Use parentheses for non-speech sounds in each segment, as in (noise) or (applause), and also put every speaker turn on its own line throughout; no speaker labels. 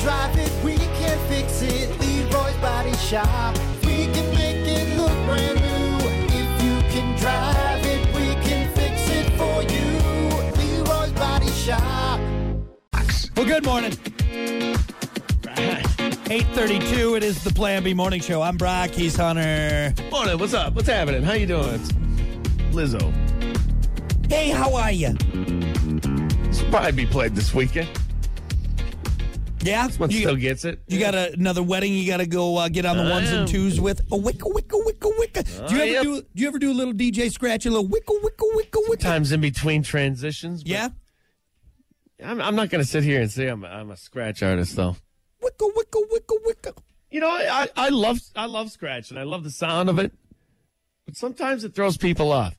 drive it, we can fix it. Leroy's Body Shop. We can make it look brand new. If you can drive it, we can fix it for you. Leroy's Body Shop.
Well, good morning. 832, it is the Plan B Morning Show. I'm Brock, he's Hunter.
Morning, what's up? What's happening? How you doing? It's Lizzo.
Hey, how are you?
This will probably be played this weekend.
Yeah?
One
You,
still gets it.
you got a, another wedding you got to go uh, get on the
I
ones
am.
and twos with? A wicka, wicka, wicka, wicka. Do you
I
ever
am.
do, do you ever do a little DJ scratch, a little wicka, wicka, wicka, wicka?
times in between transitions. but
Yeah?
I'm, I'm not going to sit here and say I'm, I'm a scratch artist, though.
Wicka, wicka, wicka, wicka.
You know, I, I love I love scratch and I love the sound of it, but sometimes it throws people off.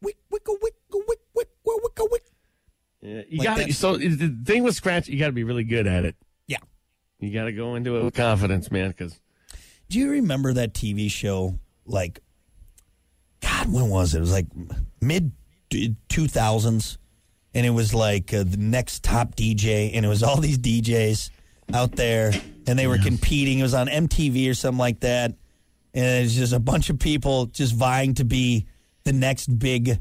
Wick, wicka, wicka, wick, wick, wick, wicka, wick.
Yeah, You
Like
got
that.
it. So the thing with scratch, you got to be really good at it.
Yeah.
You got to go into it with confidence, man, because
Do you remember that TV show? Like, God, when was it? It was like mid two thousands, and it was like uh, the next top DJ, and it was all these DJs out there, and they were competing. It was on MTV or something like that, and it's just a bunch of people just vying to be the next big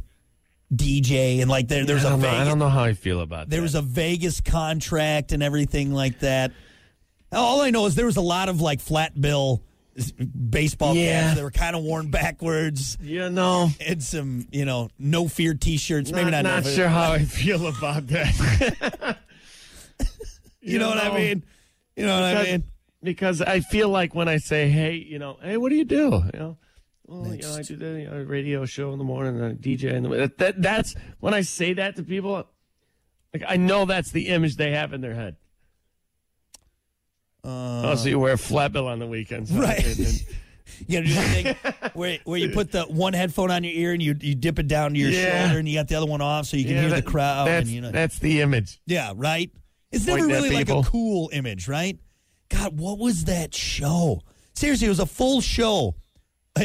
DJ, and like there, there's
I
a
don't, know, I
Vegas,
don't know how I feel about
there
that.
was a Vegas contract and everything like that. All I know is there was a lot of like flat bill s- baseball
Yeah.
caps that were kind of worn backwards
you know,
and some, you know, no fear t shirts. Maybe not,
not,
no fear.
sure how I feel about that.
(laughs) You know what I mean? You know what I mean?
because I feel like when I say, "Hey, you know, hey, what do you do?" You know, well, you know, I
Next.
do the you know, radio show in the morning, and I DJ in the that, that that's when I say that to people. Like I know that's the image they have in their head. oh, so you wear a flat bill on the weekends,
Uh, (laughs) Right.
And- and-
You gotta do that
(laughs)
thing where, where you put the one headphone on your ear and you, you dip it down to your
Yeah.
shoulder and you got the other one off so you can
yeah,
hear
that-
the crowd.
That's,
And, you know,
that's the image.
yeah, right? It's never
Pointing at
really like a
people.
cool image, right? God, what was that show? Seriously, it was a full show uh,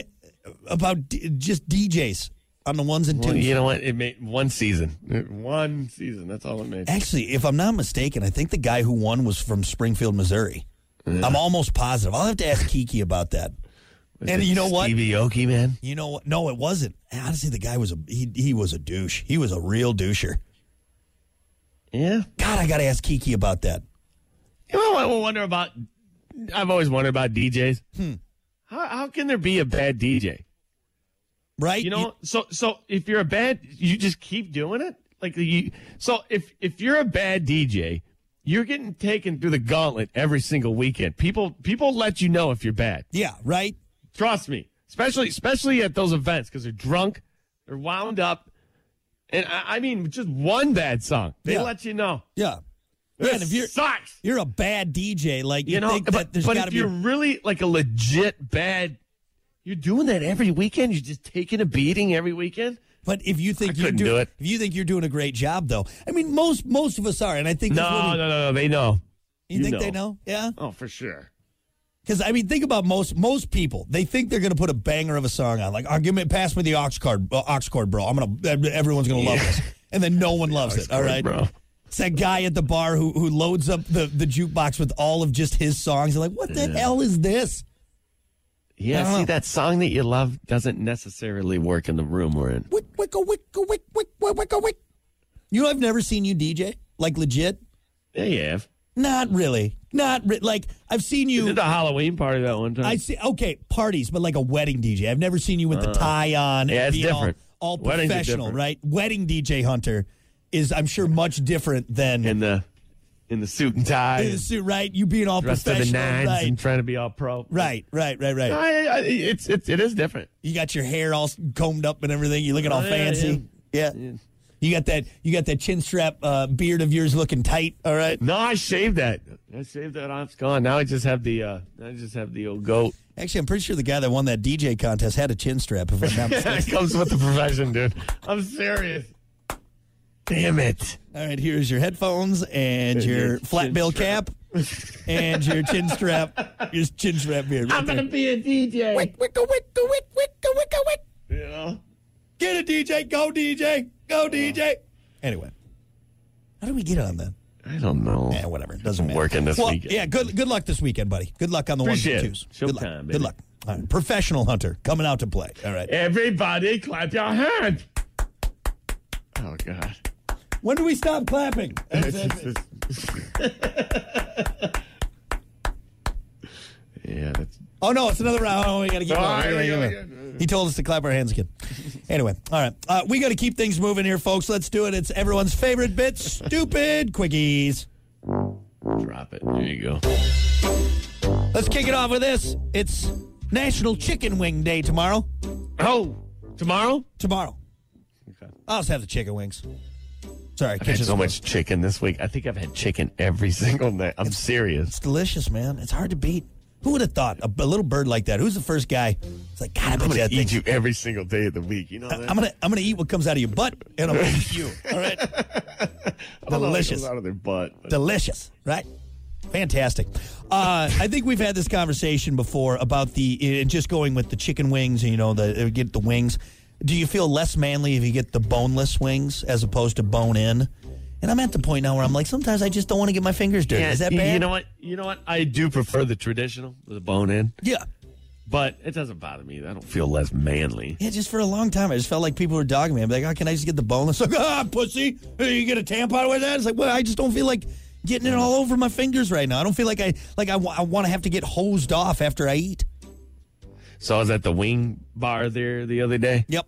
about d- just DJs on the ones and twos.
Well, you know what? It made one season. It- One season. That's all it made.
Actually, if I'm not mistaken, I think the guy who won was from Springfield, Missouri. I'm almost positive. I'll have to ask Kiki about that.
Was
and
it
you know what?
Stevie Aoki, man.
You know what? No, it wasn't. Honestly, the guy was a he, he was a douche. He was a real doucher.
Yeah.
God, I got to ask Kiki about that.
You know, I wonder about. I've always wondered about DJs.
Hmm.
How, how can there be a bad DJ?
Right?
You know, so so if you're a bad, you just keep doing it. Like you, so if if you're a bad DJ, you're getting taken through the gauntlet every single weekend. People people let you know if you're bad.
yeah, right?
Trust me, especially especially at those events because they're drunk, they're wound up, and I, I mean just one bad song, they
Yeah.
let you know.
Yeah.
This
Man, if you're
sucks.
you're a bad DJ, like you,
You know,
think that
but,
there's
but
got to
if
be
you're really like a legit bad, you're doing that every weekend. You're just taking a beating every weekend.
But if you think
I
you're
couldn't
doing,
do it.
if you think you're doing a great job, though, I mean, most most of us are, and I think that's
No,
what we-
no, no, no. They know.
you,
you
think they
know.
know, yeah,
Oh, for sure.
because I mean, think about most most people. They think they're going to put a banger of a song on, like, oh, give me, pass me the ox card, uh, ox cord, bro. I'm gonna, everyone's gonna love this, and then no
(laughs)
one loves it. All right,
bro.
It's that guy at the bar who who loads up the the jukebox with all of just his songs. They're like, what the hell is this? I
Yeah,
don't
see,
know.
that song that you love doesn't necessarily work in the room we're in.
Wick, wicka, wicka, wick, wick, wick, wicka, wick. You know, I've never seen you DJ like legit.
Yeah, you have.
Not really. Not re- like I've seen
You
you.
did the Halloween party that one time.
I see. Okay, parties, but like a wedding DJ. I've never seen you with the tie on.
Uh, Yeah,
and
it's
being
different.
All, all
Weddings are
professional,
different.
right? Wedding DJ Hunter is, I'm sure, much different than
in the in the suit and tie,
in the
and
suit, right? You being all
dressed to
professional,
the nines,
right?
and trying to be all pro.
right? Right? Right? Right?
I, I, it's it, it is different.
You got your hair all combed up and everything. You looking all
Oh, Yeah,
fancy. Yeah. You got that. You got that chin strap uh, beard of yours looking tight. All right.
No, I shaved that. I shaved that off. It's gone. Now I just have the uh, I just have the old goat.
Actually, I'm pretty sure the guy that won that DJ contest had a chin strap. If
(laughs)
I'm not mistaken.
That comes with the profession, dude. I'm serious. Damn it.
All right, here's your headphones and your
your
flat
chin
bill
strap.
cap and your chin strap, your chin strap beard. right
I'm gonna
there.
be a DJ.
Wick, wicka, wicka, wick, wicka, wicka, wick.
You know?
Get it, DJ. Go, DJ. Go, DJ. Anyway, how do we get on that?
I don't know.
Yeah, whatever. It doesn't
I'm
matter.
working this
well,
weekend.
Yeah, good good luck this weekend, buddy. Good luck on the ones and
Appreciate
twos.
it.
Good luck.
Showtime, baby.
Good luck. All right. Professional hunter coming out to play. All right.
Everybody clap your hands. Oh, God.
When do we stop clapping?
(laughs) yeah, that's.
Oh no, it's another round. Oh, we gotta keep going.
Oh, here we
We gotta
go
keep going. He told us to clap our hands
(laughs)
again. Anyway, all right, uh, we got to keep things moving here, folks. Let's do it. It's everyone's favorite bit: stupid quickies.
Drop it. There you go.
Let's kick it off with this. It's National Chicken Wing Day tomorrow.
Oh, tomorrow?
Tomorrow,
Okay.
I'll just have the chicken wings. Sorry,
I've had
kitchen's
so
closed.
much chicken this week. I think I've had chicken every (laughs) single night. I'm serious.
It's delicious, man. It's hard to beat. Who would have thought a, a little bird like that? Who's the first guy? It's like God, I bet
I'm
you
gonna
that thing.
eat you every single day of the week. You know that?
I'm gonna I'm gonna eat what comes out of your butt, and I'm gonna eat
(laughs)
you. All right,
I don't know what
delicious.
goes out of their butt. but-
delicious, right? Fantastic. Uh, I think we've had this conversation before about the uh, just going with the chicken wings. You know, the uh, get the wings. Do you feel less manly if you get the boneless wings as opposed to bone in? And I'm at the point now where I'm like, sometimes I just don't want to get my fingers dirty.
Yeah,
Is that
you-
bad?
You know what? You know what? I do prefer the traditional, the bone in,
yeah.
but it doesn't bother me. I don't feel less manly.
Yeah, just for a long time, I just felt like people were dogging me. I'm like, oh, can I just get the boneless? (laughs) Like, ah, pussy, Hey, you get a tampon with that? It's like, well, I just don't feel like getting it all over my fingers right now. I don't feel like I like I want to have to get hosed off after I eat.
So I was at the wing bar there the other day,
Yep.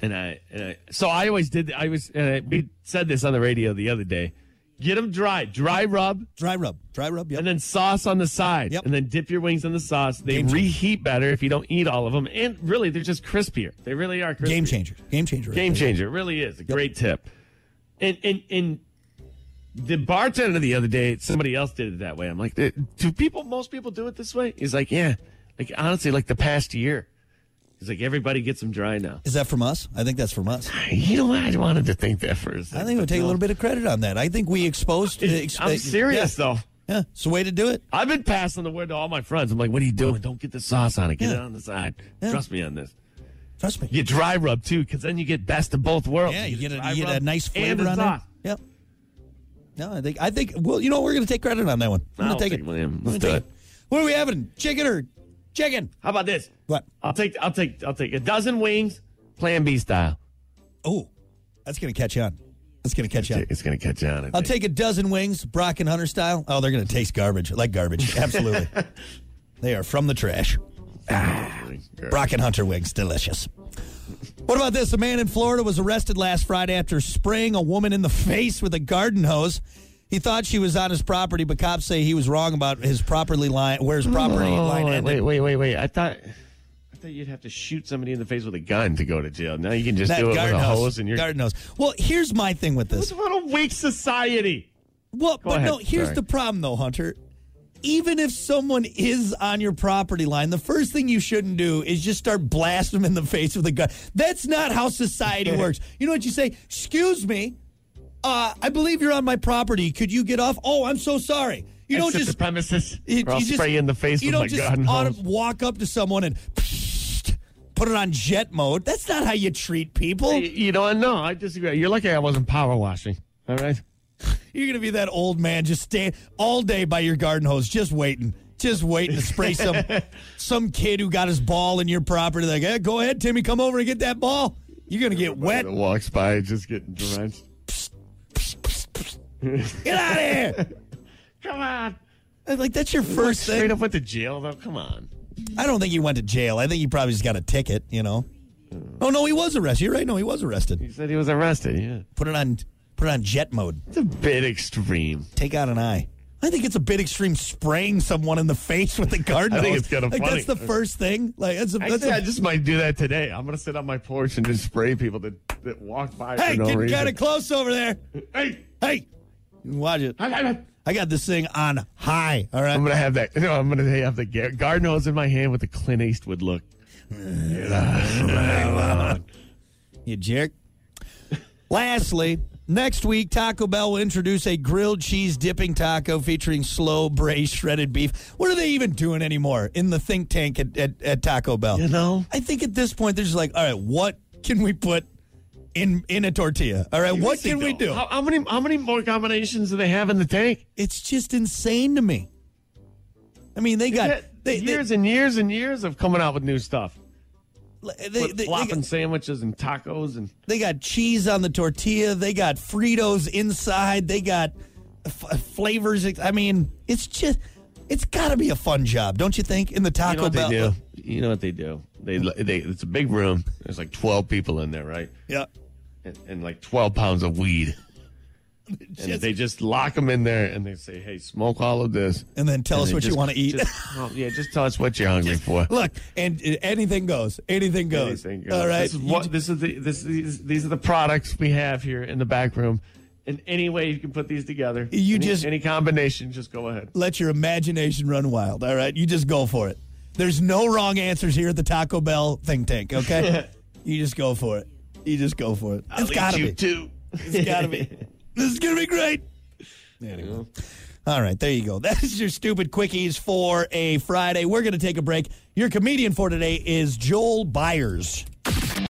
and I, and I so I always did. I was and I, we said this on the radio the other day. Get them dry, dry rub,
Dry rub, dry rub. Yep.
and then sauce on the side,
Yep.
and then dip your wings in the sauce. They
Game changer.
reheat better if you don't eat all of them, and really they're just crispier. They really are crispier.
Game changer. Game changer. right
Game
there.
changer. It really is. A great tip. And and and the bartender the other day, somebody else did it that way. I'm like, "Uh, do people most people do it this way? He's like, Yeah. Like honestly, like the past year. He's like, everybody gets them dry now. (laughs)
Is that from us? I think that's from us.
You know what? I wanted to think that first.
I think we take a little bit of credit on that. I think we exposed. ex- uh,
I'm serious though.
Yeah, yeah, it's the way to do it.
I've been passing the word to all my friends. I'm like, what are you doing? Don't get the sauce on it. Get
Yeah.
it on the side.
Yeah.
Trust me on this.
Trust me.
You dry rub too, because then you get best of both worlds.
Yeah, you get
dry
a, you get a
rub
nice
and
flavor
the
on
sauce.
it. Yep. No, I think I think. Well, you know, what? we're gonna take credit on that one. I'm
I'll
gonna take
take
it.
it, William.
I'm gonna
Let's
take
do
it. What are we having? Chicken or chicken?
How about this?
What?
I'll take I'll take I'll take a dozen wings, Plan B style.
Oh, that's gonna catch on. That's gonna catch on.
It's gonna catch on. I
I'll
think.
take a dozen wings, Brock and Hunter style. Oh, they're gonna taste garbage, like garbage.
(laughs)
Absolutely. they are from the trash. Brock and Hunter wings, delicious. What about this? A man in Florida was arrested last Friday after spraying a woman in the (laughs) face with a garden hose. He thought she was on his property, but cops say he was wrong about his property line, where his property line
Oh,
ended.
wait, wait, wait, wait. I thought I thought you'd have to shoot somebody in the face with a gun to go to jail. Now you can just
That
do it with
garden
a
hose,
hose and you're
garden hose. Well, here's my thing with this.
This is what a weak society.
Well, but
ahead.
no, here's
Sorry.
the problem though, Hunter. Even if someone is on your property line, the first thing you shouldn't do is just start blasting them in the face with a gun. That's not how
(laughs)
society works. You know what you say? Excuse me, uh, I believe you're on my property. Could you get off? Oh, I'm so sorry. You don't
Exit
just
the premises.
it-
or I'll
just-
spray you in the face
You
with
don't
my
just
garden
auto-
hose.
walk up to someone and (laughs) put it on jet mode. That's not how you treat people.
Y- you know, no, I disagree. You're lucky I wasn't power washing. All right.
You're gonna be that old man just stand all day by your garden hose, just waiting, just waiting to spray
(laughs)
some some kid who got his ball in your property. Like, hey, go ahead, Timmy, come over and get that ball. You're gonna get wet.
That walks by just getting drenched.
Get out of here!
Come on. (laughs)
I'm Like that's your first
Straight
thing.
up went to jail though. Come on.
I don't think he went to jail. I think he probably just got a ticket. You know.
Mm.
Oh no, he was arrested. You're right. No, he was arrested.
He said he was arrested. Yeah.
Put it on. Put it on jet mode.
It's a bit extreme.
Take out an eye. I think it's a bit extreme spraying someone in the face with a garden
(laughs) I think
hose.
it's kinda
like that's the
funny.
first thing. Like that's a, that's
Actually,
a
I just might do that today. I'm gonna sit on my porch and just spray people that, that walk by
Hey,
for no
getting
reason.
kind of close over there.
hey,
Hey, you can watch it.
I- I- I-
I got this thing on high. All right.
I'm gonna have that. (laughs) No, I'm gonna have the gar- garden hose in my hand with the Clint Eastwood look.
You jerk. Lastly, next week, Taco Bell will introduce a grilled cheese dipping taco featuring slow braised shredded beef. What are they even doing anymore in the think tank at, at, at Taco Bell?
You know?
I think at this point, they're just like, all right, what can we put in in a tortilla. All right, what can we do?
How, how many how many more combinations do they have in the tank?
It's just insane to me. I mean, they got they, they,
years and years and years of coming out with new stuff.
they, they,
With
they
flopping
got,
sandwiches and tacos and
they got cheese on the tortilla. They got Fritos inside. They got f- uh, flavors. I mean, it's just it's got to be a fun job, don't you think? In the
you know
Taco
what
Bell,
they do. You know what they do. They, they it's a big room. There's like 12 people in there, right?
yeah,
And, and like 12 pounds
(laughs)
of weed. And they just lock them in there and they say, "Hey, smoke all of this."
and then tell
And
us
they
what you
just-
want to eat.
just- well, yeah, just tell us what you're hungry for.
(laughs) Look, and uh, anything goes. Anything goes.
Anything
All
goes.
right.
This is what this is the this these these are the products we have here in the back room. In any way you can put these together.
You
Any-
just-
any combination, just go ahead.
let your imagination run wild. All right, you just go for it. There's no wrong answers here at the Taco Bell think tank.
(laughs)
Okay, you just go for it. You just go for it. it's
I'll eat
gotta
you
be.
too.
It's gotta
(laughs)
be. This is gonna be great. Anyway. All right, there you go. (laughs) That is your stupid quickies for a Friday. We're gonna take a break. Your comedian for today is Joel Byers.